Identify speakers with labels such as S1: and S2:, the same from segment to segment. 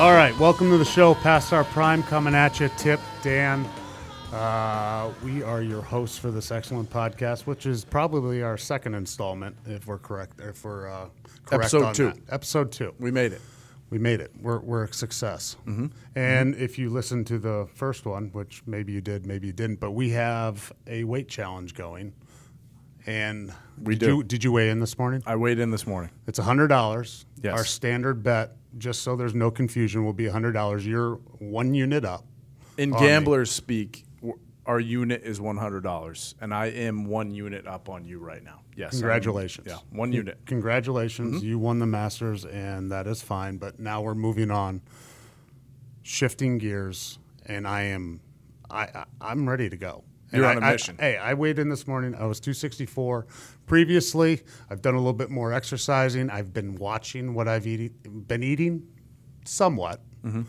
S1: All right, welcome to the show, Past Our Prime, coming at you, Tip, Dan. Uh, we are your hosts for this excellent podcast, which is probably our second installment, if we're correct. If we're uh, correct
S2: Episode
S1: on
S2: two.
S1: that. episode two,
S2: We Mm-hmm. made it.
S1: we made it. We're we're a success. And if you listen to the first one, which maybe you did, maybe you didn't, but we have a weight challenge going. And
S2: We
S1: did
S2: do.
S1: You, did you weigh in this morning?
S2: I weighed in this morning.
S1: It's hundred dollars.
S2: Yes.
S1: Our standard bet, just so there's no confusion, will be hundred dollars. You're one unit up.
S2: In gamblers speak, w- our unit is one hundred dollars, and I am one unit up on you right now. Yes. I'm-
S1: Congratulations.
S2: yeah, one unit.
S1: Congratulations,
S2: Mm-hmm.
S1: you won the Masters, and that is fine. But now we're moving on, shifting gears, and I am, I, I I'm ready to go. And
S2: You're on
S1: I-
S2: a
S1: I-
S2: mission.
S1: hey, I weighed in this morning. I was 264. Previously, I've done a little bit more exercising. I've been watching what I've eat, been eating, somewhat,
S2: Mm-hmm.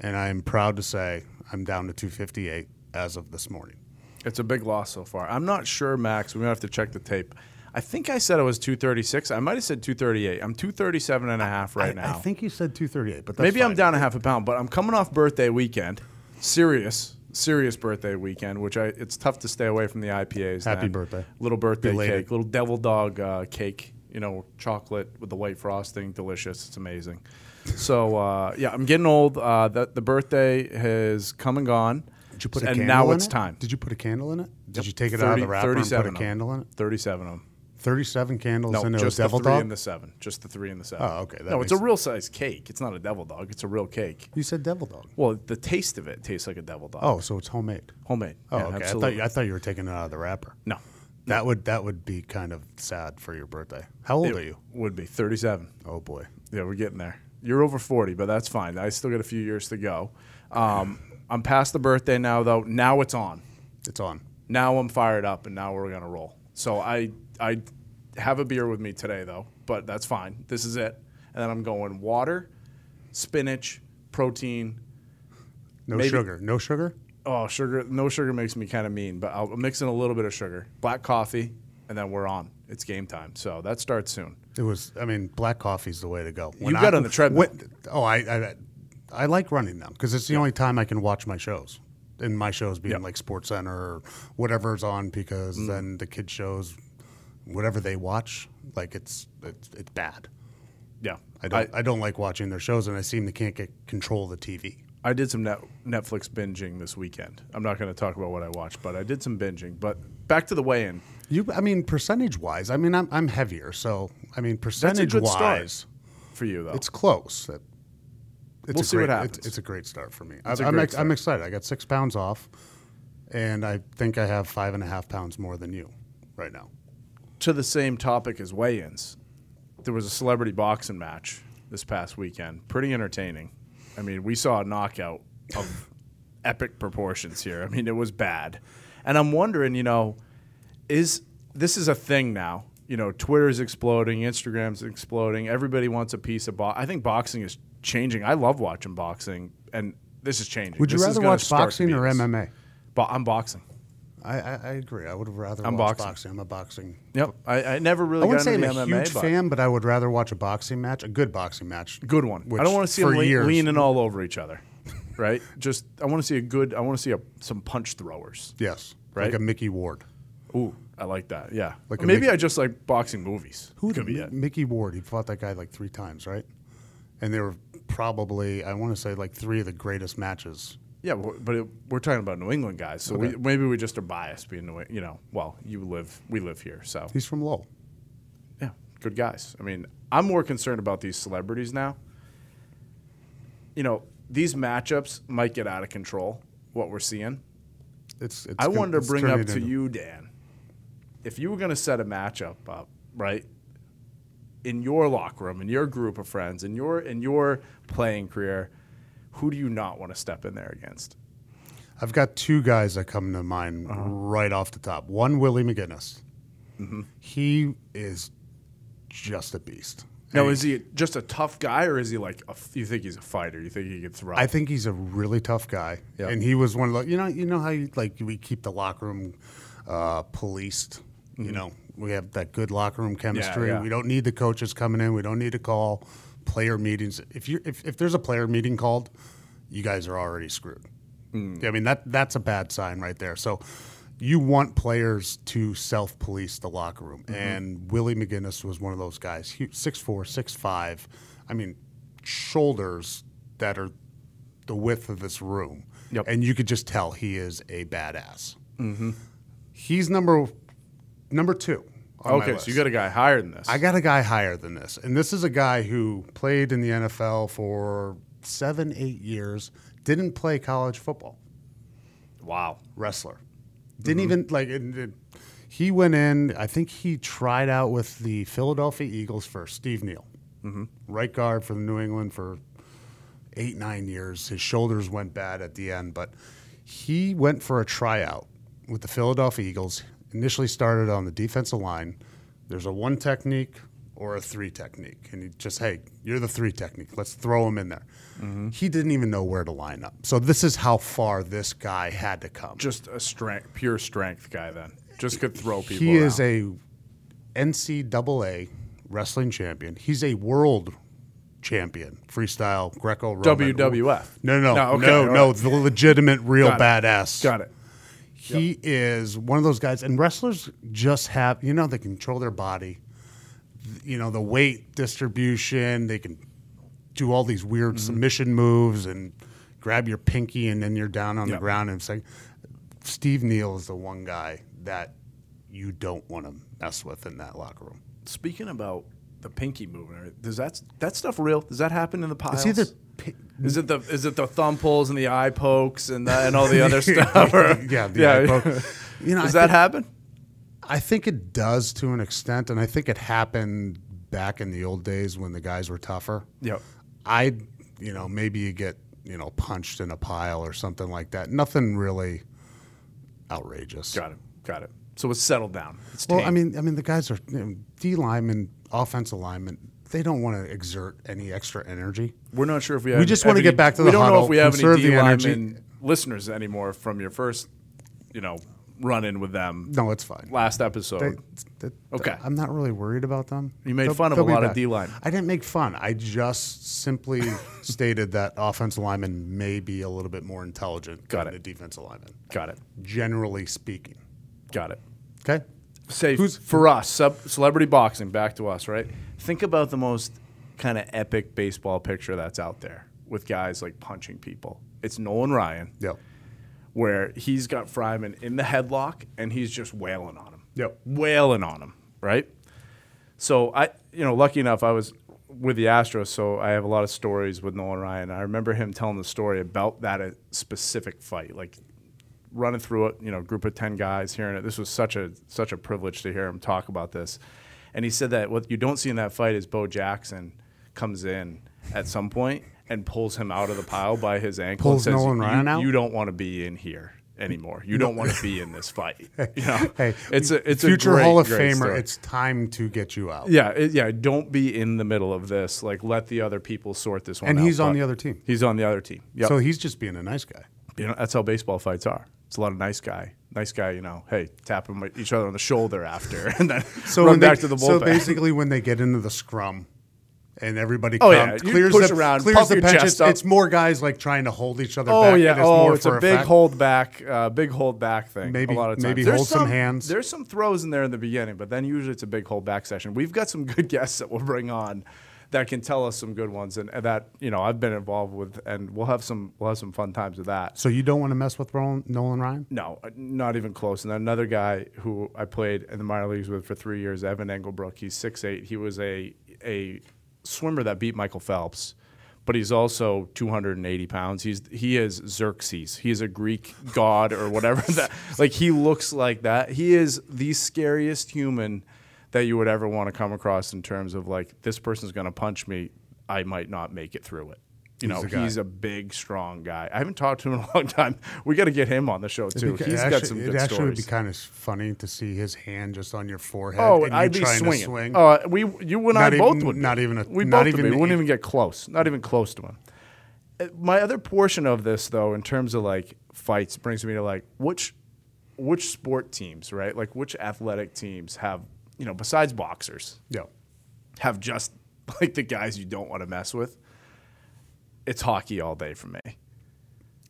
S1: and I am proud to say I'm down to 258 as of this morning.
S2: It's a big loss so far. I'm not sure, Max. We might have to check the tape. I think I said I was 236. I might have said 238. I'm 237 and a half right
S1: I
S2: now.
S1: think you said 238, but that's
S2: Maybe I'm
S1: fine.
S2: down a half a pound, but I'm coming off birthday weekend. Serious, serious birthday weekend, which I it's tough to stay away from the IPAs.
S1: Happy
S2: then.
S1: birthday.
S2: Little birthday
S1: Belated.
S2: cake, little devil dog uh, cake, you know, chocolate with the white frosting, delicious. It's amazing. So uh, yeah, I'm getting old. Uh, that the birthday has come and gone.
S1: Did you put a
S2: and
S1: candle
S2: now
S1: in
S2: it's
S1: it?
S2: time.
S1: Did you put a candle in it? Did you take it out of the wrapper and put a
S2: 37 of them.
S1: candle in it?
S2: 37 of them.
S1: 37 candles
S2: No,
S1: in it.
S2: just
S1: devil
S2: the three
S1: dog?
S2: and the seven. Just the three and the seven.
S1: Oh, okay, that
S2: No, it's
S1: makes-
S2: a real size cake. It's not a devil dog. It's a real cake.
S1: you said devil dog.
S2: Well, the taste of it tastes like a devil dog.
S1: Oh, so it's homemade.
S2: Homemade.
S1: Oh,
S2: Yeah,
S1: okay. I thought,
S2: absolutely.
S1: you, I thought you were taking it out of the wrapper.
S2: no.
S1: That would that would be kind of sad for your birthday. How old are you?
S2: Would be 37.
S1: Oh boy.
S2: Yeah, we're getting there. You're over 40, but that's fine. I still got a few years to go. Um, I'm past the birthday now, though. Now it's on.
S1: It's on.
S2: Now I'm fired up, and now we're going to roll. So I, I have a beer with me today, though, but that's fine. This is it. And then I'm going water, spinach, protein.
S1: No
S2: Maybe-
S1: sugar. No sugar?
S2: Oh, sugar. No sugar makes me kind of mean, but I'll mix in a little bit of sugar, black coffee, and then we're on. It's game time. So that starts soon.
S1: It was I mean, black coffee's the way to go.
S2: You got on the treadmill.
S1: when- oh, I, I I like running them because it's the only time I can watch my shows. And my shows being like Sports Center or whatever's on because then the kid shows whatever they watch, like it's it's, it's bad.
S2: Yeah.
S1: I don't I, don't like watching their shows and I seem to can't get control of the TV.
S2: I did some net, Netflix binging this weekend. I'm not going to talk about what I watched, but I did some binging. But back to the weigh-in.
S1: You I mean percentage wise, I mean I'm I'm heavier, so I mean
S2: That's a
S1: percentage
S2: good
S1: wise
S2: start for you, though.
S1: It's close. It- It's
S2: We'll
S1: a
S2: see
S1: great, it's-
S2: what
S1: It's,
S2: happens.
S1: a great start for me. I,
S2: It's a
S1: I'm,
S2: great
S1: ex- I'm excited. I got six pounds off, and I think I have five and a half pounds more than you right now.
S2: to the same topic as weigh-ins. There was a celebrity boxing match this past weekend. Pretty entertaining. I mean, we saw a knockout of epic proportions here. I mean, it was bad. And I'm wondering, you know, is this is a thing now? You know, Twitter's exploding, Instagram's exploding. Everybody wants a piece of box. I think boxing is changing. I love watching boxing, and this is changing.
S1: Would you
S2: This is
S1: rather
S2: gonna
S1: watch
S2: start to
S1: boxing
S2: be
S1: or
S2: this.
S1: MMA?
S2: Bo- I'm boxing.
S1: I, I, I agree. I would have rather
S2: I'm
S1: watched
S2: boxing.
S1: boxing. I'm a boxing.
S2: Yep. I, I never really
S1: I
S2: got
S1: wouldn't say I'm
S2: into
S1: a
S2: the MMA,
S1: huge
S2: but-
S1: fan, but I would rather watch a boxing match, a good boxing match.
S2: good one.
S1: which
S2: I don't want to see them
S1: for
S2: le-
S1: years-
S2: leaning all over each other, right? Just I want to see a good. I want to see a, some punch throwers.
S1: Yes,
S2: Right?
S1: like a Mickey Ward.
S2: Ooh, I like that. Yeah,
S1: Like a
S2: maybe
S1: Mickey-
S2: I just like boxing movies.
S1: Who
S2: could be it?
S1: Mickey Ward. He fought that guy like three times, right? And they were probably, I want to say, like three of the greatest matches
S2: Yeah, w- but it, we're talking about New England guys, so we, maybe we just are biased being New. Eng- You know, well, you live, we live here, so
S1: He's from Lowell.
S2: yeah, good guys. I mean, I'm more concerned about these celebrities now. You know, these matchups might get out of control. What we're seeing,
S1: It's. it's
S2: I
S1: gonna-
S2: wanted to
S1: it's
S2: bring
S1: turning
S2: up to
S1: into-
S2: you, Dan, if you were going to set a matchup up, right, in your locker room, in your group of friends, in your in your playing career, who do you not want to step in there against?
S1: I've got two guys that come to mind
S2: Uh-huh.
S1: right off the top. One, Willie McGinnis.
S2: Mm-hmm.
S1: He is just a beast.
S2: Now, is he just a tough guy, or is he like a, you think he's a fighter? You think he could throw?
S1: I think he's a really tough guy,
S2: Yeah.
S1: and he was one of the you know you know how you, like we keep the locker room uh, policed.
S2: Mm-hmm.
S1: You know we have that good locker room chemistry.
S2: yeah.
S1: We don't need the coaches coming in. We don't need a call. player meetings. If you if, if there's a player meeting called, you guys are already screwed.
S2: Hmm.
S1: I mean that that's a bad sign right there. So you want players to self police the locker room,
S2: Mm-hmm.
S1: and Willie McGinnis was one of those guys. He, six four, six five. I mean, shoulders that are the width of this room,
S2: Yep. Mm-hmm.
S1: and you could just tell he is a badass. He's number number two. on my
S2: Okay,
S1: list.
S2: so you got a guy higher than this.
S1: I got a guy higher than this. And this is a guy who played in the NFL for seven, eight years, didn't play college football,
S2: wow.
S1: wrestler. Didn't even, like, it- it- he went in, I think he tried out with the Philadelphia Eagles for Steve Neal, right guard for New England for eight, nine years. His shoulders went bad at the end, but he went for a tryout with the Philadelphia Eagles. Initially started on the defensive line. There's a one technique or a three technique. And he just, hey, you're the three technique. Let's throw him in there. He didn't even know where to line up. So this is how far this guy had to come.
S2: Just a strength, pure strength guy. Then just could throw people.
S1: He is
S2: around.
S1: a NCAA wrestling champion. He's a world champion freestyle Greco Roman.
S2: WWF.
S1: No, no,
S2: No,
S1: no,
S2: okay,
S1: no,
S2: all
S1: no.
S2: right.
S1: The legitimate, real
S2: Got it.
S1: badass.
S2: Got it.
S1: He is one of those guys, and wrestlers just have you know they control their body, Th- you know the weight distribution. They can do all these weird submission moves and grab your pinky, and then you're down on
S2: Yep.
S1: the ground. And it's like Steve Neal is the one guy that you don't want to mess with in that locker room.
S2: Speaking about the pinky movement, does that that stuff real? Does that happen in the
S1: It's
S2: piles?
S1: either pi-
S2: Is it the is it the thumb pulls and the eye pokes and the, and all the other stuff? or-
S1: yeah, the
S2: yeah.
S1: eye poke. You know,
S2: Does
S1: I
S2: that happen?
S1: I think it does to an extent, and I think it happened back in the old days when the guys were tougher.
S2: Yep.
S1: I, you know, maybe you get you know punched in a pile or something like that. Nothing really outrageous.
S2: Got it. Got it. So it's settled down. It's
S1: Well,
S2: tame.
S1: I mean, I mean, the guys are you know, D linemen, offensive linemen. They don't want to exert any extra energy.
S2: we're not sure if we. Have
S1: We
S2: any-
S1: just wanna
S2: have
S1: get
S2: any-
S1: back to
S2: We
S1: the
S2: don't know
S1: huddle,
S2: if we have any
S1: conserve the
S2: D
S1: energy.
S2: lineman listeners anymore from your first, you know, run in with them
S1: No, it's fine.
S2: last episode.
S1: They- they-
S2: Okay.
S1: I'm not really worried about them.
S2: You made
S1: They'll-
S2: fun of
S1: they'll
S2: a
S1: be
S2: lot of
S1: back.
S2: D-line.
S1: I didn't make fun. I just simply stated that offensive linemen may be a little bit more intelligent
S2: Got
S1: than
S2: it.
S1: the defensive lineman,
S2: got it.
S1: generally speaking.
S2: Got it.
S1: Okay?
S2: Say
S1: Who's-
S2: for us, sub, celebrity boxing. Back to us, right? Think about the most kind of epic baseball picture that's out there with guys like punching people. It's Nolan Ryan,
S1: Yep.
S2: where he's got Fryman in the headlock and he's just wailing on him.
S1: Yep.
S2: wailing on him, right? So I, you know, lucky enough, I was with the Astros, so I have a lot of stories with Nolan Ryan. I remember him telling the story about that uh, specific fight, like running through it, you know, group of ten guys, hearing it. This was such a such a privilege to hear him talk about this. And he said that what you don't see in that fight is Bo Jackson comes in at some point and pulls him out of the pile by his ankle.
S1: Pulls
S2: and says,
S1: Nolan
S2: "You-
S1: Ryan out?
S2: You don't want to be in here anymore. You don't want to be in this fight. You know?
S1: Hey,
S2: it's a it's
S1: future
S2: a great,
S1: Hall of
S2: great
S1: Famer.
S2: story.
S1: It's time to get you out.
S2: Yeah, it, yeah. Don't be in the middle of this. Like, let the other people sort this one.
S1: And
S2: out,
S1: he's on
S2: but
S1: the other team.
S2: He's on the other team. Yeah,
S1: So he's just being a nice guy.
S2: you know that's how baseball fights are. It's a lot of nice guy, nice guy. You know, hey, tap him with each other on the shoulder after, and then
S1: So
S2: run
S1: when they-
S2: back to the bullpen.
S1: So basically, when they get into the scrum and everybody
S2: Oh, yeah,
S1: comes,
S2: you
S1: clears
S2: push
S1: the,
S2: around,
S1: clears
S2: pump
S1: the
S2: your
S1: benches,
S2: chest up.
S1: it's more guys like trying to hold each other
S2: Oh
S1: back.
S2: yeah!
S1: It is
S2: oh,
S1: more
S2: it's
S1: for
S2: a big
S1: effect.
S2: hold back, uh, big hold back thing.
S1: Maybe-
S2: a lot of times.
S1: maybe
S2: there's
S1: hold some hands.
S2: There's some throws in there in the beginning, but then usually it's a big hold back session. We've got some good guests that we'll bring on that can tell us some good ones, and, and that you know I've been involved with, and we'll have some we'll have some fun times with that.
S1: So you don't want to mess with Roland, Nolan Ryan?
S2: No, uh, not even close. And then another guy who I played in the minor leagues with for three years, Evan Engelbrook. He's 6'8". He was a a swimmer that beat Michael Phelps, but he's also 280 pounds. He's he is Xerxes. He is a Greek god or whatever. that like he looks like that. He is the scariest human that you would ever want to come across in terms of like this person's going to punch me. I might not make it through it. You
S1: He's
S2: know,
S1: the guy.
S2: he's a big, strong guy. I haven't talked to him in a long time. We got to get him on the show too.
S1: It'd be-
S2: He's
S1: it
S2: got
S1: actually-
S2: some
S1: It
S2: good
S1: actually would be
S2: stories.
S1: kind of funny to see his hand just on your forehead.
S2: Oh,
S1: and you
S2: I'd be
S1: trying
S2: swinging.
S1: To swing.
S2: Uh, we, you and I
S1: Not
S2: both
S1: even-
S2: would. be.
S1: not even a-
S2: we
S1: not
S2: both would
S1: even e-
S2: be. We
S1: an
S2: wouldn't even get close. Not even close to him. Uh, My other portion of this, though, in terms of like fights, brings me to like which which sport teams, right? Like which athletic teams have you know besides boxers
S1: yeah.
S2: have just like the guys you don't want to mess with, it's hockey all day for me.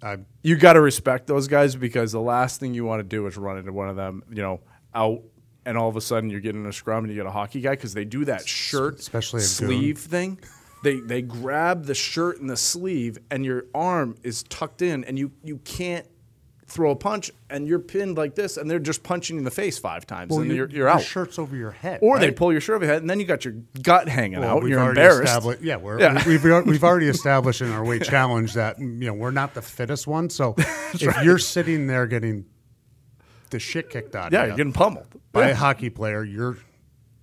S1: I
S2: You got to respect those guys because the last thing you want to do is run into one of them, you know, out, and all of a sudden you're getting in a scrum and you get a hockey guy because they do that shirt
S1: especially a goon.
S2: sleeve thing. They they grab the shirt and the sleeve, and your arm is tucked in, and you you can't throw a punch, and you're pinned like this, and they're just punching you in the face five times, and
S1: your-
S2: you're, you're
S1: your
S2: out.
S1: Shirts over your head,
S2: Or they
S1: right?
S2: pull your shirt over your head, and then you got your gut hanging
S1: Well,
S2: out. and
S1: we've
S2: You're
S1: already
S2: embarrassed.
S1: established- Yeah, we're,
S2: Yeah.
S1: We've, we've we've already established in our weight challenge that mm, you know we're not the fittest one. So if you're sitting there getting the shit kicked out
S2: Yeah,
S1: of you
S2: you're getting pummeled.
S1: by a
S2: yeah.
S1: hockey player, your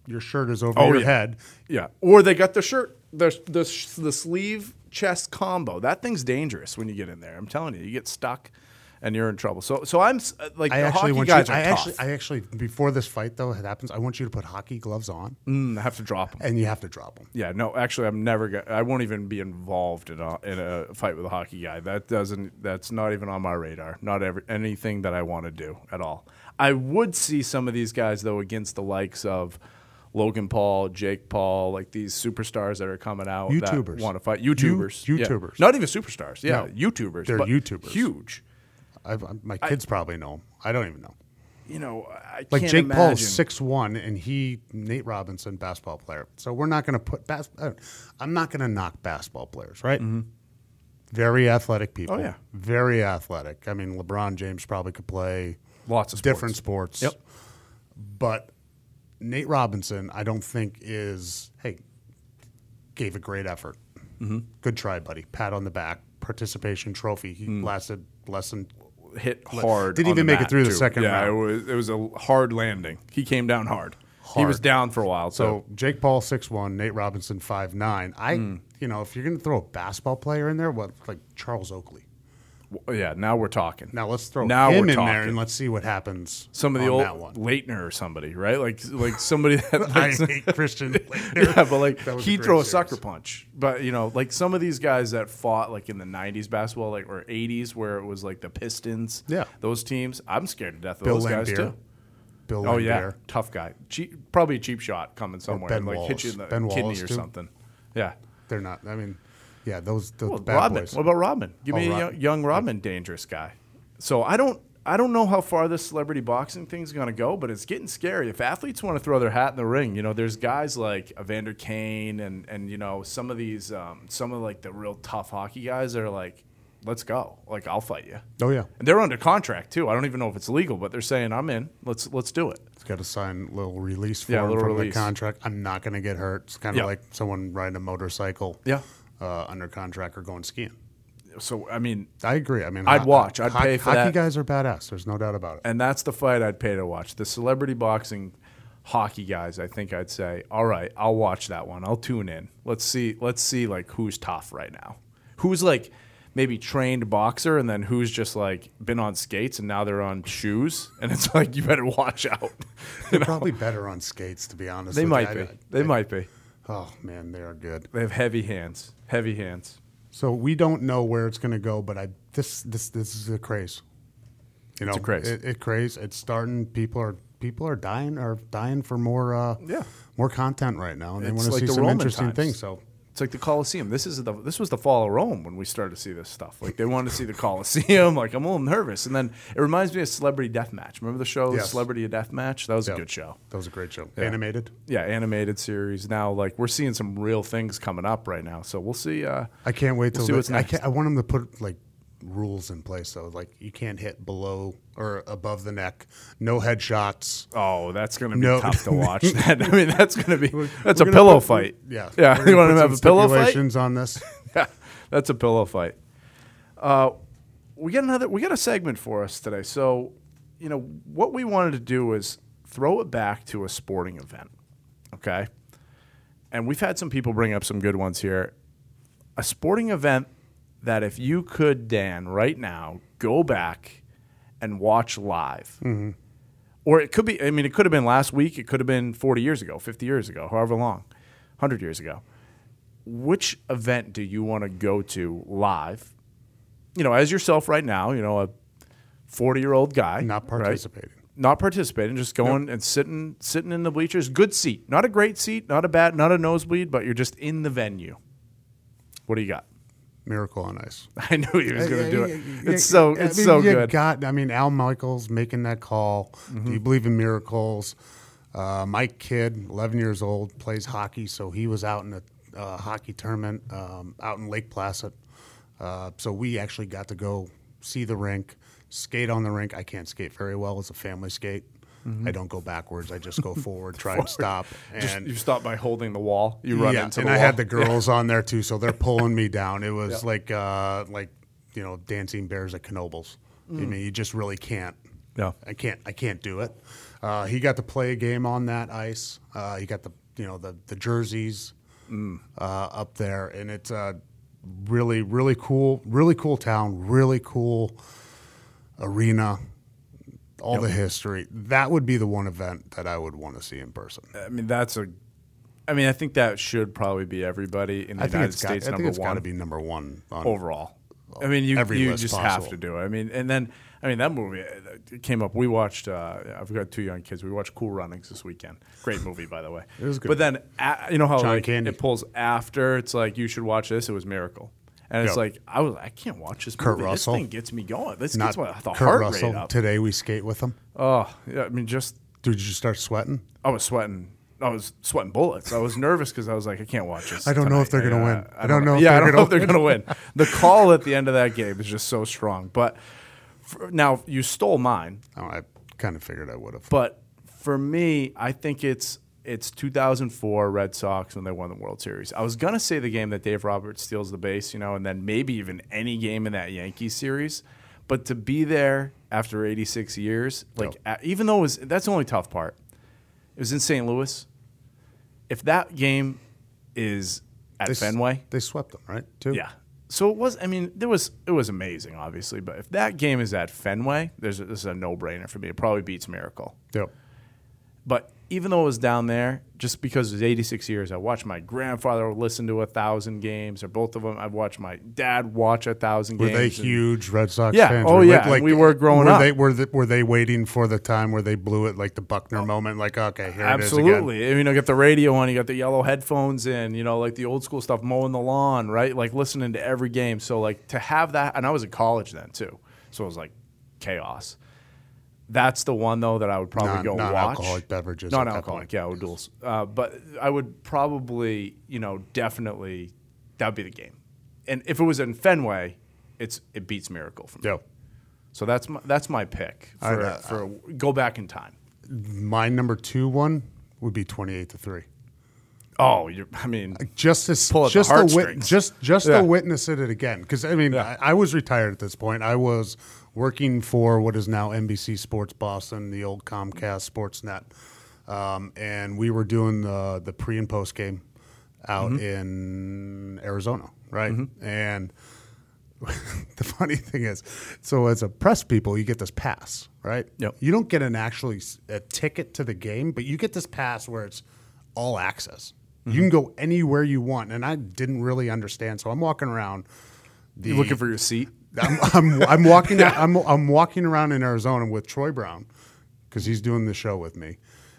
S1: your shirt is over
S2: Oh,
S1: your
S2: yeah.
S1: head.
S2: Yeah. Or they got the shirt, the, the, the sleeve chest combo. That thing's dangerous when you get in there. I'm telling you, you get stuck and you're in trouble. So, so I'm s- like,
S1: I
S2: the
S1: actually
S2: hockey
S1: want
S2: guys
S1: you.
S2: are
S1: I
S2: tough.
S1: actually, I actually, before this fight though it happens, I want you to put hockey gloves on
S2: Mm, I have to drop them.
S1: and you have to drop them.
S2: Yeah, no, actually, I'm never. Go- I won't even be involved in a in a fight with a hockey guy. That doesn't. That's not even on my radar. Not ever anything that I want to do at all. I would see some of these guys though against the likes of Logan Paul, Jake Paul, like these superstars that are coming out.
S1: YouTubers.
S2: want to fight YouTubers.
S1: You-
S2: yeah.
S1: YouTubers.
S2: Not even superstars. Yeah,
S1: No.
S2: YouTubers.
S1: They're
S2: but
S1: YouTubers.
S2: Huge.
S1: I, I, my kids probably know. 'em. I don't even know.
S2: You know, I
S1: Like
S2: can't
S1: Jake
S2: imagine.
S1: Paul's six one, and he Nate Robinson basketball player. So we're not going to put bas- uh, I'm not going to knock basketball players, right? Very athletic people.
S2: Mm-hmm. Oh, yeah.
S1: very athletic. I mean, LeBron James probably could play
S2: Lots of sports.
S1: different sports.
S2: Yep.
S1: But Nate Robinson, I don't think is hey gave a great effort.
S2: Mm-hmm.
S1: Good try, buddy. Pat on the back. Participation trophy. He
S2: Mm.
S1: lasted less than
S2: hit hard.
S1: Didn't
S2: on
S1: even
S2: the
S1: make it
S2: mat,
S1: through the
S2: too.
S1: second
S2: yeah,
S1: round.
S2: it was it was a hard landing. He came down hard. He was
S1: Hard.
S2: down for a while. So
S1: So Jake Paul six one, Nate Robinson five nine. I
S2: Hmm.
S1: you know if you're going to throw a basketball player in there, what like Charles Oakley?
S2: w- Oh, yeah, now we're talking.
S1: Now let's throw
S2: Now
S1: him
S2: we're
S1: in there
S2: talking.
S1: and let's see what happens.
S2: some of the
S1: on
S2: old
S1: that one.
S2: Leitner or somebody, right? Like like somebody that
S1: I
S2: likes,
S1: hate Christian. Leitner.
S2: yeah, but like
S1: That was a
S2: he
S1: great
S2: throw a
S1: series.
S2: sucker punch. But you know, like some of these guys that fought like in the '90s basketball, like or '80s, where it was like the Pistons.
S1: Yeah.
S2: those teams. I'm scared to death of
S1: Bill
S2: those guys
S1: Laimbeer.
S2: too.
S1: Bill
S2: Oh yeah,
S1: Laimbeer.
S2: tough guy. Cheap, probably a cheap shot coming somewhere,
S1: Ben
S2: like hit you
S1: Wallace.
S2: in the
S1: Ben
S2: kidney
S1: Wallace,
S2: or
S1: too.
S2: something. Yeah.
S1: They're not. I mean, yeah, those the
S2: Well,
S1: bad
S2: Robin.
S1: boys.
S2: What about Robin? Give
S1: Oh,
S2: me a
S1: Robin.
S2: young, young Robin, dangerous guy. So I don't, I don't know how far this celebrity boxing thing's going to go, but it's getting scary. If athletes want to throw their hat in the ring, you know, there's guys like Evander Kane and and you know some of these, um, some of like the real tough hockey guys that are like, let's go, like I'll fight you.
S1: Oh yeah,
S2: And they're under contract too. I don't even know if it's legal, but they're saying I'm in. Let's let's do it.
S1: it's got to sign a little release form
S2: Yeah, a little
S1: from
S2: release.
S1: the contract. I'm not going to get hurt. It's kind of
S2: Yeah.
S1: like someone riding a motorcycle.
S2: Yeah.
S1: uh, under contract or going skiing.
S2: So I mean,
S1: I agree. I mean,
S2: I'd
S1: ho-
S2: watch. I'd
S1: ho-
S2: pay for
S1: hockey
S2: that.
S1: guys are badass. There's no doubt about it.
S2: and that's the fight I'd pay to watch. The celebrity boxing hockey guys, I think I'd say, all right, I'll watch that one. I'll tune in. Let's see. Let's see like who's tough right now. Who's like maybe trained boxer, and then who's just like been on skates and now they're on shoes, and it's like you better watch out.
S1: They're probably better on skates, to be honest.
S2: they
S1: with
S2: might
S1: you.
S2: be.
S1: I-
S2: They might be.
S1: oh man, they are good.
S2: They have heavy hands. Heavy hands.
S1: So we don't know where it's going to go, but I this this this is a craze. You know,
S2: a craze.
S1: It, it craze. It's starting. People are people are dying are dying for more uh,
S2: Yeah.
S1: more content right now, and they
S2: It's
S1: want to
S2: like
S1: see
S2: the
S1: some
S2: Roman
S1: interesting
S2: times.
S1: things. So
S2: It's like the Colosseum. This is the this was the fall of Rome when we started to see this stuff. Like they wanted to see the Colosseum. Like I'm a little nervous. And then it reminds me of Celebrity Deathmatch. Remember the show
S1: Yes.
S2: Celebrity Deathmatch? That was
S1: yeah.
S2: a good show.
S1: That was a great show. Animated.
S2: Yeah, animated series. Now like we're seeing some real things coming up right now. So we'll see. Uh,
S1: I can't wait till
S2: see
S1: the-
S2: what's
S1: I
S2: next.
S1: can't, I want them to put like rules in place though. Like you can't hit below or above the neck. No headshots.
S2: oh, that's gonna be
S1: No.
S2: tough to watch. That I mean, that's gonna be that's a
S1: We're gonna
S2: pillow
S1: put-
S2: fight.
S1: Yeah.
S2: yeah.
S1: We're gonna
S2: You want
S1: put
S2: to have
S1: some
S2: a pillow fight?
S1: stipulations on this?
S2: yeah, that's a pillow fight. Uh, we got another. We got a segment for us today. So, you know, what we wanted to do was throw it back to a sporting event. Okay, and we've had some people bring up some good ones here. A sporting event that if you could, Dan, right now, go back and watch live. Or it could be, I mean, it could have been last week. It could have been 40 years ago, 50 years ago, however long, 100 years ago which event do you want to go to live? You know, as yourself right now, you know, a 40 year old guy.
S1: Not
S2: right?
S1: participating.
S2: not participating, just going and sitting sitting in the bleachers. Good seat, not a great seat, not a bad, not a nosebleed, but you're just in the venue. What do you got?
S1: Miracle on Ice.
S2: I knew he was going to do it.
S1: Yeah,
S2: It's so
S1: I
S2: it's
S1: mean,
S2: so
S1: you
S2: good. Mm-hmm.
S1: Got, I mean, Al Michaels making that call. Do you believe in miracles? Uh, Mike Kidd, 11 years old, plays hockey, so he was out in a uh, hockey tournament um, out in Lake Placid. Uh, so we actually got to go see the rink, skate on the rink. I can't skate very well; it's a family skate. I don't go backwards. I just go forward, try and stop. And
S2: Mm-hmm. Just, you stop by holding the wall. You run
S1: yeah,
S2: into
S1: and
S2: the
S1: I
S2: wall.
S1: had the girls on there too, so they're pulling me down. It was like uh, like you know dancing bears at Knobles. I mean, you just really can't.
S2: Mm. Yeah.
S1: I can't. I can't do it. Uh, he got to play a game on that ice. Uh, he got the you know the the jerseys
S2: Mm.
S1: uh, up there, and it's uh, really really cool, really cool town, really cool arena. All the history. That would be the one event that I would want to see in person.
S2: I mean, that's a. I mean, I think that should probably be everybody in the
S1: I think
S2: United
S1: it's got. I
S2: States
S1: think
S2: number
S1: it's got to
S2: one
S1: be number one on
S2: overall. Um, I mean, you
S1: every
S2: you
S1: list
S2: just have
S1: possible.
S2: to do it. I mean, and then I mean that movie uh, it came up. We watched. Uh, I've got two young kids. We watched Cool Runnings this weekend. Great movie, by the way.
S1: It was good.
S2: But then a you know how
S1: John
S2: like,
S1: Candy.
S2: it pulls after. It's like you should watch this. It was Miracle. And it's
S1: Yep.
S2: like I was I can't watch this.
S1: Kurt
S2: movie.
S1: Russell.
S2: This thing gets me going. This
S1: not
S2: gets my the
S1: Kurt
S2: heart
S1: Russell.
S2: rate up.
S1: Today we skate with him.
S2: oh, yeah, I mean, just
S1: Dude, did you start sweating?
S2: I was sweating. I was sweating bullets. I was nervous because I was like, I can't watch this.
S1: I don't know if
S2: tonight.
S1: they're gonna
S2: I, uh,
S1: win. I don't know if
S2: Yeah, I
S1: they're
S2: don't know
S1: gonna
S2: if they're gonna win. The call at the end of that game is just so strong. But for, now you stole mine.
S1: Oh, I kind of figured I would have.
S2: But for me, I think it's it's 2004 Red Sox when they won the World Series. I was gonna say the game that Dave Roberts steals the base, you know, and then maybe even any game in that Yankees series. But to be there after 86 years, like a- even though it was that's the only tough part. It was in St. Louis. If that game is at
S1: They s-
S2: Fenway,
S1: They swept them, right? Too.
S2: yeah. So it was. I mean, there was. It was amazing, obviously. But if that game is at Fenway, there's a, this is a no-brainer for me. It probably beats Miracle.
S1: Yep.
S2: But even though it was down there, just because it was 86 years, I watched my grandfather listen to a thousand games, or both of them. I've watched my dad watch a thousand
S1: Were
S2: games.
S1: they
S2: and-
S1: huge Red Sox
S2: Yeah,
S1: fans?
S2: oh
S1: Were-
S2: yeah, and we were growing
S1: were
S2: up.
S1: They, were, they, were they waiting for the time where they blew it, like the Buckner moment? Like, okay, here it is again.
S2: Oh. Absolutely. You know, get the radio on, you got the yellow headphones in, you know, like the old school stuff, mowing the lawn, right? Like listening to every game. So, like, to have that, and I was in college then too. So it was like chaos. That's the one, though, that I would probably
S1: Non-
S2: go watch.
S1: non-alcohol beverages at
S2: Non
S1: that
S2: alcoholic,
S1: point.
S2: yeah, O'Doul's. Uh, but I would probably, you know, definitely, that would be the game. And if it was in Fenway, it's it beats Miracle for me.
S1: Yep.
S2: So that's my, that's my pick
S1: I-
S2: for,
S1: uh,
S2: for go back in time.
S1: My number two one would be twenty-eight to three.
S2: Oh, you're, I mean,
S1: just to
S2: Pull at the
S1: just to wit-
S2: heartstrings.
S1: just just
S2: Yeah.
S1: to witness it again because I mean I, I was retired at this point. I was working for what is now NBC Sports Boston, the old Comcast Sportsnet, um, and we were doing the the pre and post game out
S2: Mm-hmm.
S1: in Arizona, right? And the funny thing is, so as a press people, you get this pass, right?
S2: Yep.
S1: You don't get an actually s- a ticket to the game, but you get this pass where it's all access.
S2: Mm-hmm.
S1: You can go anywhere you want, and I didn't really understand, so I'm walking around. The,
S2: you looking for your seat?
S1: I'm, I'm, I'm walking. I'm, I'm walking around in Arizona with Troy Brown because he's doing the show with me,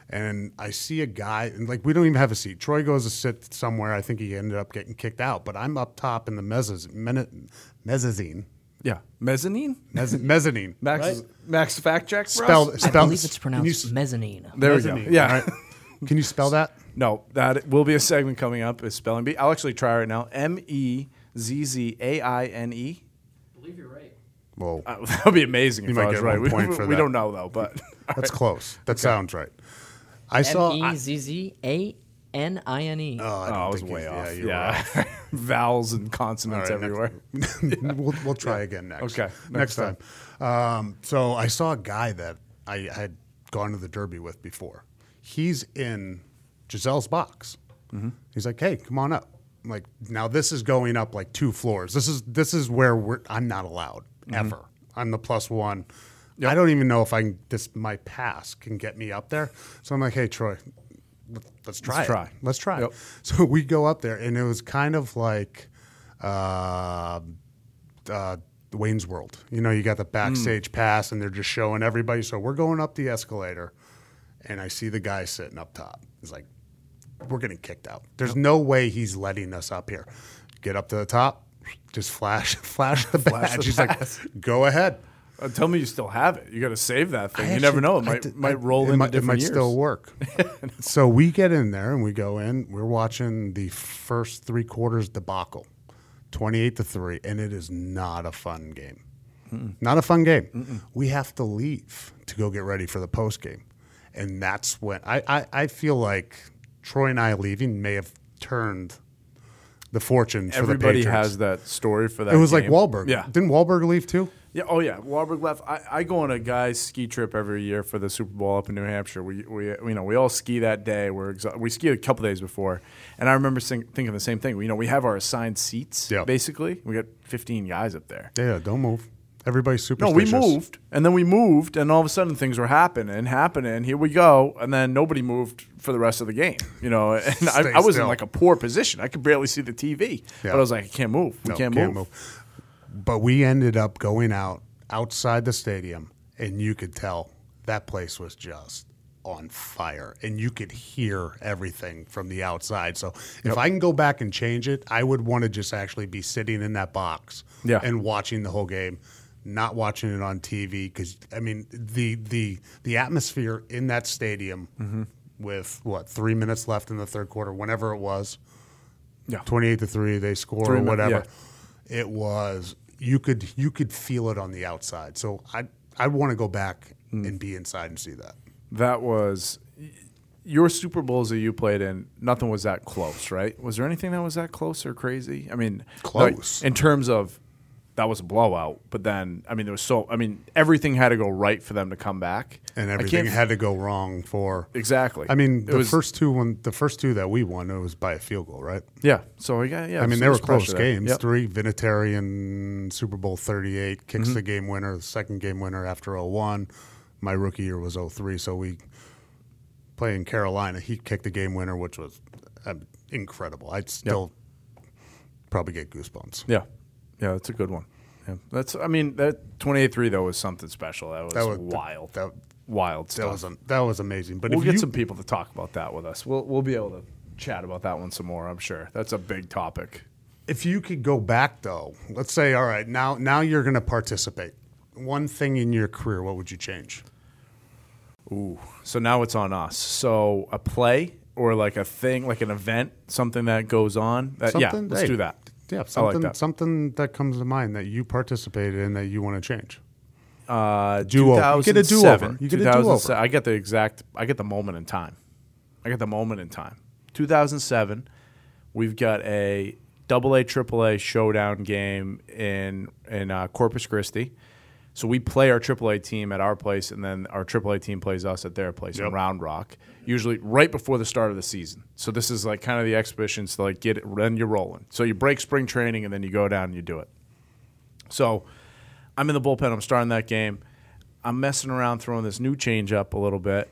S1: and I see a guy and like we don't even have a seat. Troy goes to sit somewhere. I think he ended up getting kicked out, but I'm up top in the mezzaz, meni- mezzanine.
S2: Yeah, mezzanine.
S1: Mezz- mezzanine.
S2: Max, Max fact check. for us?
S1: Spelled,
S3: I
S1: spelled,
S3: believe it's
S1: can you
S3: pronounced mezzanine.
S2: There we go.
S1: mezzanine,
S2: Yeah.
S1: all Can you spell that?
S2: No, that will be a segment coming up. Is spelling bee? I'll actually try right now. M e z z a i n e.
S4: believe you're right.
S1: Whoa,
S2: Uh, That would be amazing if
S1: might
S2: I was
S1: get
S2: right.
S1: one
S2: We,
S1: point
S2: we-
S1: for
S2: we
S1: that.
S2: don't know though, but
S1: that's close. That sounds right. I saw.
S3: M
S1: I,
S3: E Z Z A N I N E.
S1: oh, I
S2: Oh,
S1: don't
S2: I was
S1: think
S2: way
S1: you-
S2: off.
S1: you're right.
S2: Yeah, vowels and consonants
S1: All right,
S2: everywhere.
S1: next- we'll, we'll try again next.
S2: Okay,
S1: Next,
S2: next
S1: time.
S2: time.
S1: Um, so I saw a guy that I had gone to the Derby with before. He's in Giselle's box.
S2: Mm-hmm.
S1: He's like, "Hey, come on up." I'm like, now this is going up like two floors. This is this is where we're, I'm not allowed
S2: Mm-hmm.
S1: ever. I'm the plus one. I don't even know if I can, this my pass can get me up there. So I'm like, "Hey, Troy, let- let's try.
S2: Let's
S1: it.
S2: try.
S1: Let's try." it."
S2: Yep.
S1: So we go up there, and it was kind of like uh, uh, the Wayne's World. You know, you got the
S2: Mm.
S1: backstage pass, and they're just showing everybody. So we're going up the escalator, and I see the guy sitting up top. He's like, "We're getting kicked out. There's no way he's letting us up here. Get up to the top, just flash, flash the badge."
S2: Flash the
S1: he's
S2: pass.
S1: like, "Go ahead."
S2: Uh, tell me you still have it. You got to save that thing.
S1: I
S2: you never
S1: actually-
S2: know.
S1: I
S2: It might
S1: did-
S2: might
S1: I-
S2: roll
S1: it
S2: into
S1: might, it
S2: different
S1: might
S2: years.
S1: still work. so we get in there and we go in. We're watching the first three quarters debacle, twenty-eight to three, and it is not a fun game. Not a fun game. We have to leave to go get ready for the post game, and that's when I, I I feel like Troy and I leaving may have turned the fortune for the
S2: Everybody
S1: Patriots.
S2: has that story for that.
S1: It was like
S2: game.
S1: Wahlberg.
S2: Yeah.
S1: Didn't Wahlberg leave too?
S2: Yeah. Oh yeah. Wahlberg left. I, I go on a guy's ski trip every year for the Super Bowl up in New Hampshire. We we you know we all ski that day. We're exa- we ski a couple days before, and I remember sing- thinking the same thing. You know, we have our assigned seats.
S1: Yeah.
S2: Basically, we got 15 guys up there.
S1: Yeah. Don't move. Everybody's
S2: No, we
S1: superstitious.
S2: moved, and then we moved, and all of a sudden things were happening, happening. Here we go, and then nobody moved for the rest of the game. You know, and I,
S1: Stay
S2: I was in
S1: still.
S2: like a poor position. I could barely see the TV,
S1: Yeah.
S2: but I was like, I can't move. We
S1: No,
S2: can't, move.
S1: But we ended up going out outside the stadium, and you could tell that place was just on fire, and you could hear everything from the outside. So if I can go back and change it, I would want to just actually be sitting in that box
S2: Yeah.
S1: and watching the whole game. Not watching it on TV because I mean the the the atmosphere in that stadium
S2: Mm-hmm.
S1: with what three minutes left in the third quarter, whenever it was,
S2: Yeah.
S1: 28 to 3 they score
S2: Three
S1: or
S2: min-
S1: whatever it was you could you could feel it on the outside so i i want to go back
S2: Hmm.
S1: and be inside and see that
S2: That was y- your Super Bowls that you played in. Nothing was that close, right? Was there anything that was that close or crazy? I mean, like,
S1: Close.
S2: in terms of that was a blowout, but then I mean there was so I mean everything had to go right for them to come back,
S1: and
S2: I can't
S1: everything
S2: f-
S1: had to go wrong for
S2: exactly.
S1: i mean
S2: It
S1: the
S2: was-
S1: first two one the first two that we won it was by a field goal right
S2: yeah. So yeah, yeah.
S1: I mean,
S2: so
S1: they
S2: it
S1: were
S2: was pressure
S1: close
S2: there.
S1: games.
S2: Yep.
S1: Three, Vinatieri in Super Bowl 38 kicks
S2: Mm-hmm.
S1: the game winner, the second game winner after 01. My rookie year was 03, so we play in Carolina. He kicked the game winner, which was um, incredible. I'd still probably get goosebumps.
S2: Yeah, yeah, that's a good one. Yeah. That's I mean that twenty eight three though was something special. That was,
S1: That was-
S2: wild,
S1: that-
S2: wild
S1: That
S2: stuff.
S1: was, um, that was amazing. But
S2: we'll
S1: if
S2: get
S1: you,
S2: some people to talk about that with us. We'll we'll be able to chat about that one some more. I'm sure that's a big topic.
S1: if you could go back, though, let's say, all right, now, now you're going to participate. One thing in your career, what would you change?
S2: Ooh, so now it's on us. So a play or like a thing, like an event, something that goes on. That, Uh, yeah,
S1: Something-
S2: let's
S1: hey,
S2: do that.
S1: Yeah,
S2: I like
S1: something,
S2: that.
S1: something that comes to mind that you participated in that you want to change.
S2: Uh,
S1: Do-over. You get a
S2: 2007,
S1: do-over. You get a
S2: 2007.
S1: do-over.
S2: I get the exact. I get the moment in time. I get the moment in time. 2007. We've got a double A, triple A showdown game in in uh, Corpus Christi. So we play our triple A team at our place, and then our triple A team plays us at their place in
S1: Yep.
S2: Round Rock, usually right before the start of the season. So this is like kind of the exhibitions to like get it, then you're rolling. So you break spring training, and then you go down and you do it. So I'm in the bullpen. I'm starting that game. I'm messing around throwing this new changeup a little bit.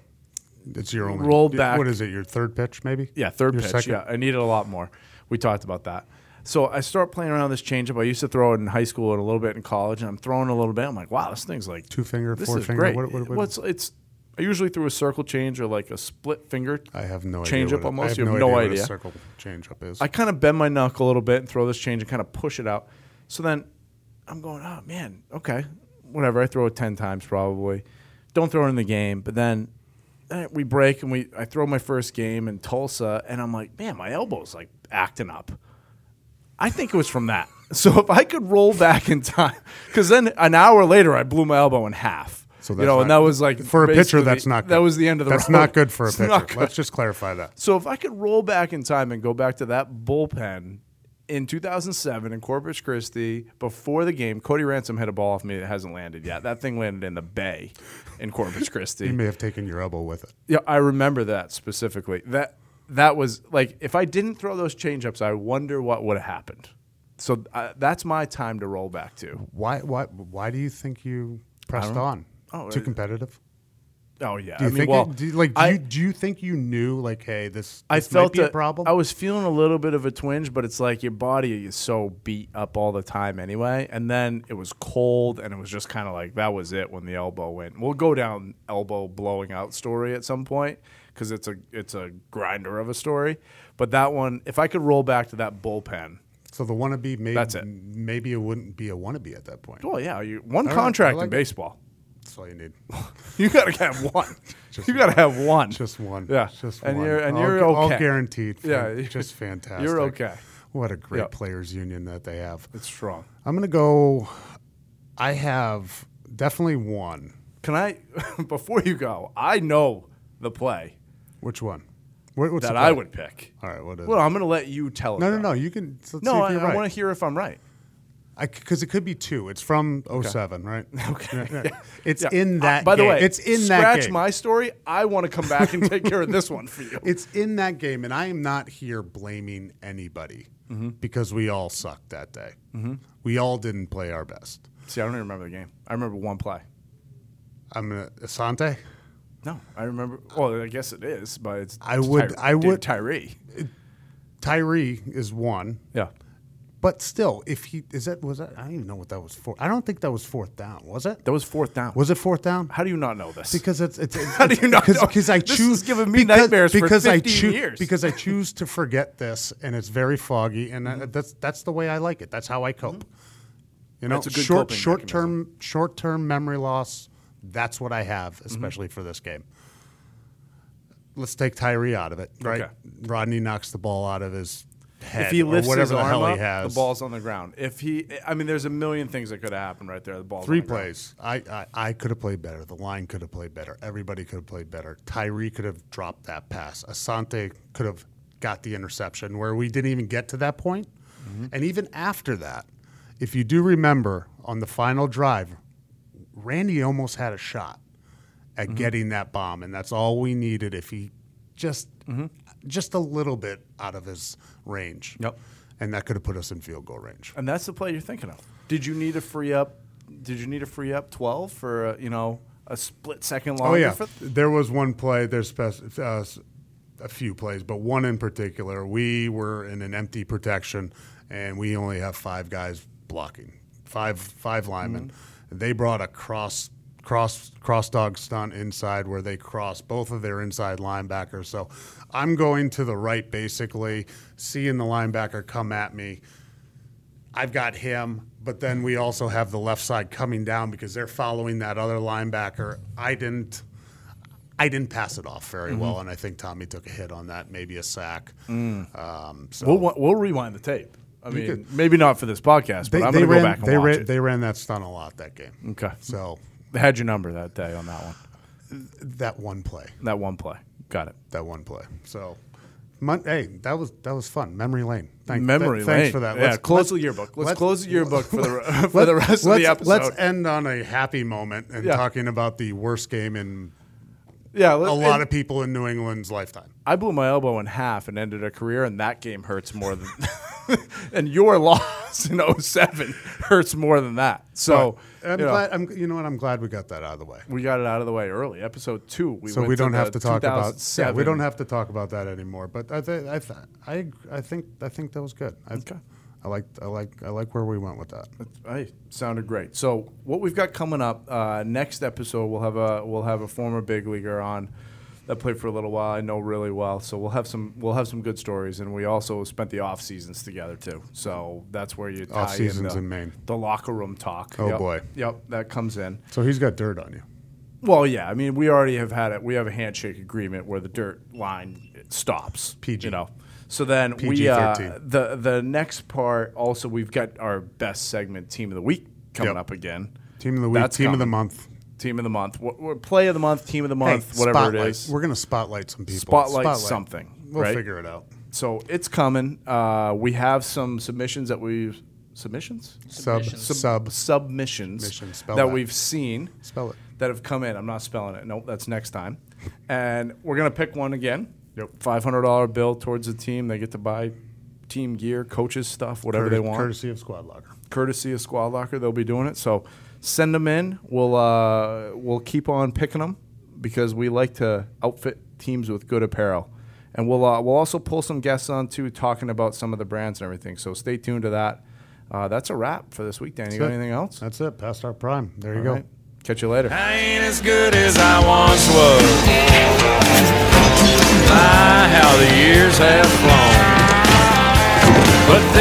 S1: It's your only
S2: Roll back.
S1: What is it? Your third pitch, maybe?
S2: Yeah, third
S1: Your
S2: pitch.
S1: second?
S2: Yeah, I needed a lot more. We talked about that. So I start playing around with this changeup. I used to throw it in high school and a little bit in college, and I'm throwing a little bit. I'm like, wow, this thing's like
S1: Two finger,
S2: This
S1: four
S2: is
S1: finger.
S2: great.
S1: What- what- what-
S2: What's it's? I usually threw a circle change or like a split finger.
S1: I have no
S2: change
S1: idea.
S2: up
S1: what it-
S2: almost.
S1: I have
S2: you
S1: no,
S2: have no
S1: idea, what
S2: idea.
S1: a circle change up is.
S2: I kind of bend my knuckle a little bit and throw this change and kind of push it out. So then I'm going, oh man, okay, whatever. I throw it ten times probably. Don't throw it in the game, but then eh, we break and we I throw my first game in Tulsa, and I'm like, man, my elbow's like acting up. I think it was from that. So if I could roll back in time, because then an hour later I blew my elbow in half.
S1: So
S2: So
S1: that's
S2: you know, and
S1: not-
S2: that was like
S1: for a pitcher,
S2: basically-
S1: that's not good.
S2: That was the end of the.
S1: That's
S2: road.
S1: not good for a
S2: It's not
S1: pitcher.
S2: good.
S1: Let's just clarify that.
S2: So if I could roll back in time and go back to that bullpen in 2007 in Corpus Christi before the game, Cody Ransom hit a ball off me that hasn't landed yet. That thing landed in the bay in Corpus
S1: You
S2: Christi.
S1: may have taken your elbow with it.
S2: yeah, I remember that specifically. That that was like if I didn't throw those changeups, I wonder what would have happened. So uh, that's my time to roll back to.
S1: Why? Why? Why do you think you pressed on?
S2: Oh,
S1: Too
S2: it-
S1: competitive.
S2: Oh yeah.
S1: Do you
S2: I mean,
S1: think
S2: well,
S1: it- do you, like do
S2: I-
S1: you, do you think you knew like hey this,
S2: I
S1: this might
S2: felt
S1: be a
S2: that-
S1: problem?
S2: I was feeling a little bit of a twinge, but it's like your body is so beat up all the time anyway. And then it was cold, and it was just kind of like that was it when the elbow went. We'll go down elbow blowing out story at some point because it's a it's a grinder of a story. But that one, if I could roll back to that bullpen,
S1: so the wannabe maybe
S2: That's it.
S1: maybe it wouldn't be a wannabe at that point.
S2: well, oh, yeah, you one
S1: right,
S2: contract
S1: I like
S2: in
S1: it.
S2: baseball,
S1: That's all you need.
S2: you gotta have one. you gotta have one,
S1: Just one.
S2: Yeah,
S1: Just
S2: and
S1: one.
S2: you're and
S1: all,
S2: you're
S1: gu-
S2: okay.
S1: All guaranteed.
S2: Yeah,
S1: Yeah.
S2: you-
S1: Just fantastic.
S2: you're okay.
S1: What a great
S2: Yep.
S1: players union that they have.
S2: It's strong.
S1: I'm gonna go. I have definitely one.
S2: Can I, before you go, I know the play
S1: Which one? What, what's
S2: that
S1: the
S2: I
S1: play?
S2: would pick.
S1: All right. What is?
S2: Well,
S1: it?
S2: I'm going to let you tell it.
S1: No, no,
S2: though.
S1: no. You can. Let's see
S2: No,
S1: if
S2: I,
S1: you're
S2: I
S1: right.
S2: want to hear if I'm right.
S1: because it could be two. It's from 07, right? Okay. It's
S2: Yeah.
S1: in
S2: Uh,
S1: that.
S2: by the
S1: game.
S2: way,
S1: it's in
S2: scratch
S1: that game.
S2: my story. I want to come back and take care of this one for you.
S1: It's in that game, and I am not here blaming anybody because we all sucked that day. We all didn't play our best.
S2: See, I don't even remember the game. I remember one play.
S1: I'm gonna Asante.
S2: No, I remember. Well, I guess it is, but it's.
S1: I would- I
S2: dude,
S1: would-
S2: Tyree.
S1: Tyree is one,
S2: Yeah.
S1: but still, if he is that was that I don't even know what that was for. I don't think that was fourth down. Was it?
S2: That was fourth down.
S1: Was it fourth down?
S2: How do you not know this?
S1: Because it's, it's, it's
S2: How do you not know?
S1: Because I
S2: This
S1: choose
S2: has given me nightmares for 15
S1: I choo-
S2: years.
S1: Because I choose to forget this, and it's very foggy, and
S2: Mm-hmm.
S1: I, that's that's the way I like it. That's how I cope. You know,
S2: That's a good
S1: short
S2: coping
S1: short term short term memory loss. That's what I
S2: Mm-hmm.
S1: have, especially for this game. Let's take Tyree out of it, right?
S2: Okay.
S1: Rodney knocks the ball out of his head,
S2: if he
S1: or
S2: lifts
S1: whatever
S2: his
S1: the
S2: arm
S1: hell
S2: up,
S1: he has.
S2: the ball's on the ground. If he, I mean, there's a million things that could happen right there. The ball.
S1: Three
S2: on the ground.
S1: plays. I, I, I could have played better. The line could have played better. Everybody could have played better. Tyree could have dropped that pass. Asante could have got the interception where we didn't even get to that point.
S2: Mm-hmm.
S1: And even after that, if you do remember on the final drive, Randy almost had a shot at
S2: Mm-hmm.
S1: getting that bomb, and that's all we needed if he just
S2: Mm-hmm.
S1: just a little bit out of his range.
S2: Yep.
S1: And that could have put us in field goal range.
S2: And that's the play you're thinking of. Did you need a free up? Did you need a free up twelve for uh, you know a split second longer?
S1: Oh yeah,
S2: for-
S1: there was one play. There's spec- uh, s- a few plays, but one in particular. We were in an empty protection, and we only have five guys blocking, five five linemen. They brought a cross cross cross dog stunt inside where they cross both of their inside linebackers. So I'm going to the right, basically seeing the linebacker come at me. I've got him, but then we also have the left side coming down because they're following that other linebacker. I didn't I didn't pass it off very
S2: Mm-hmm.
S1: well, and I think Tommy took a hit on that, maybe a sack. Um, so
S2: Mm. We'll we'll rewind the tape. I mean,
S1: could-
S2: maybe not for this podcast, but I'm going to go
S1: ran,
S2: back and
S1: they,
S2: watch
S1: ran,
S2: it.
S1: they ran that stunt a lot that game.
S2: okay,
S1: So
S2: they had your number that day on that one.
S1: that one play,
S2: That one play, got it.
S1: that one play. So. Mon- hey, that was that was fun. Memory lane. Thank,
S2: Memory
S1: th-
S2: lane.
S1: Thanks for that.
S2: Yeah, close the
S1: let's-
S2: yearbook. Let's,
S1: let's-
S2: close the yearbook for the for the
S1: Let-
S2: rest of
S1: let's-
S2: the episode.
S1: Let's end on a happy moment and
S2: Yeah.
S1: talking about the worst game in a
S2: yeah,
S1: lot of people in New England's lifetime.
S2: I blew my elbow in half and ended a career, and that game hurts more than. and your loss in 07 hurts more than that. So
S1: I'm
S2: you know.
S1: glad. I'm, you know what? I'm glad we got that out of the way.
S2: We got it out of the way early. Episode two. We
S1: So
S2: went
S1: we don't
S2: the
S1: have to talk about. Yeah,
S2: 2007.
S1: we don't have to talk about that anymore. But I, th- I, th- I, I think, I think that was good. I,
S2: Okay.
S1: I like, I like, I like where we went with that.
S2: Hey, sounded great. So what we've got coming up uh, next episode, we'll have a we'll have a former big leaguer on that played for a little while. I know really well. So we'll have some we'll have some good stories, and we also spent the off seasons together too. So that's where you tie
S1: Off seasons
S2: the,
S1: in Maine.
S2: the locker room talk.
S1: Oh,
S2: Yep.
S1: boy.
S2: yep, that comes in.
S1: So he's got dirt on you.
S2: Well, yeah. I mean, we already have had it. We have a handshake agreement where the dirt line stops.
S1: PG.
S2: You know. So then we uh,
S1: PG-13.
S2: the the next part. Also, we've got our best segment, team of the week, coming
S1: Yep.
S2: up again.
S1: Team of the week,
S2: That's
S1: team of the
S2: coming.
S1: month,
S2: Team of the month. What, what play of the month? Team of the
S1: Hey,
S2: month. whatever
S1: spotlight.
S2: it is.
S1: We're gonna spotlight some people.
S2: Spotlight something,
S1: We'll
S2: right?
S1: figure it out.
S2: so it's coming. Uh, we have some submissions that we submissions
S1: Sub,
S3: Submissions.
S1: sub,
S2: submissions
S1: Mission, spell
S2: that,
S1: that.
S2: we've seen
S1: spell it.
S2: that have come in. I'm not spelling it. Nope, that's next time. And we're gonna pick one again.
S1: Yep.
S2: Five hundred dollar bill towards the team. They get to buy team gear, coaches stuff, whatever they want.
S1: Courtesy of Squad Locker.
S2: Courtesy of Squad Locker, they'll be doing it. So send them in. We'll uh, we'll keep on picking them. because we like to outfit teams with good apparel. And we'll, uh, we'll also pull some guests on too, talking about some of the brands and everything. So stay tuned to that. Uh, that's a wrap for this week, Dan. You got
S1: it.
S2: anything else?
S1: That's it. Past our prime. There you
S2: All
S1: go.
S2: right. Catch you later.
S4: I ain't as good as I once was. My, how the years have flown. But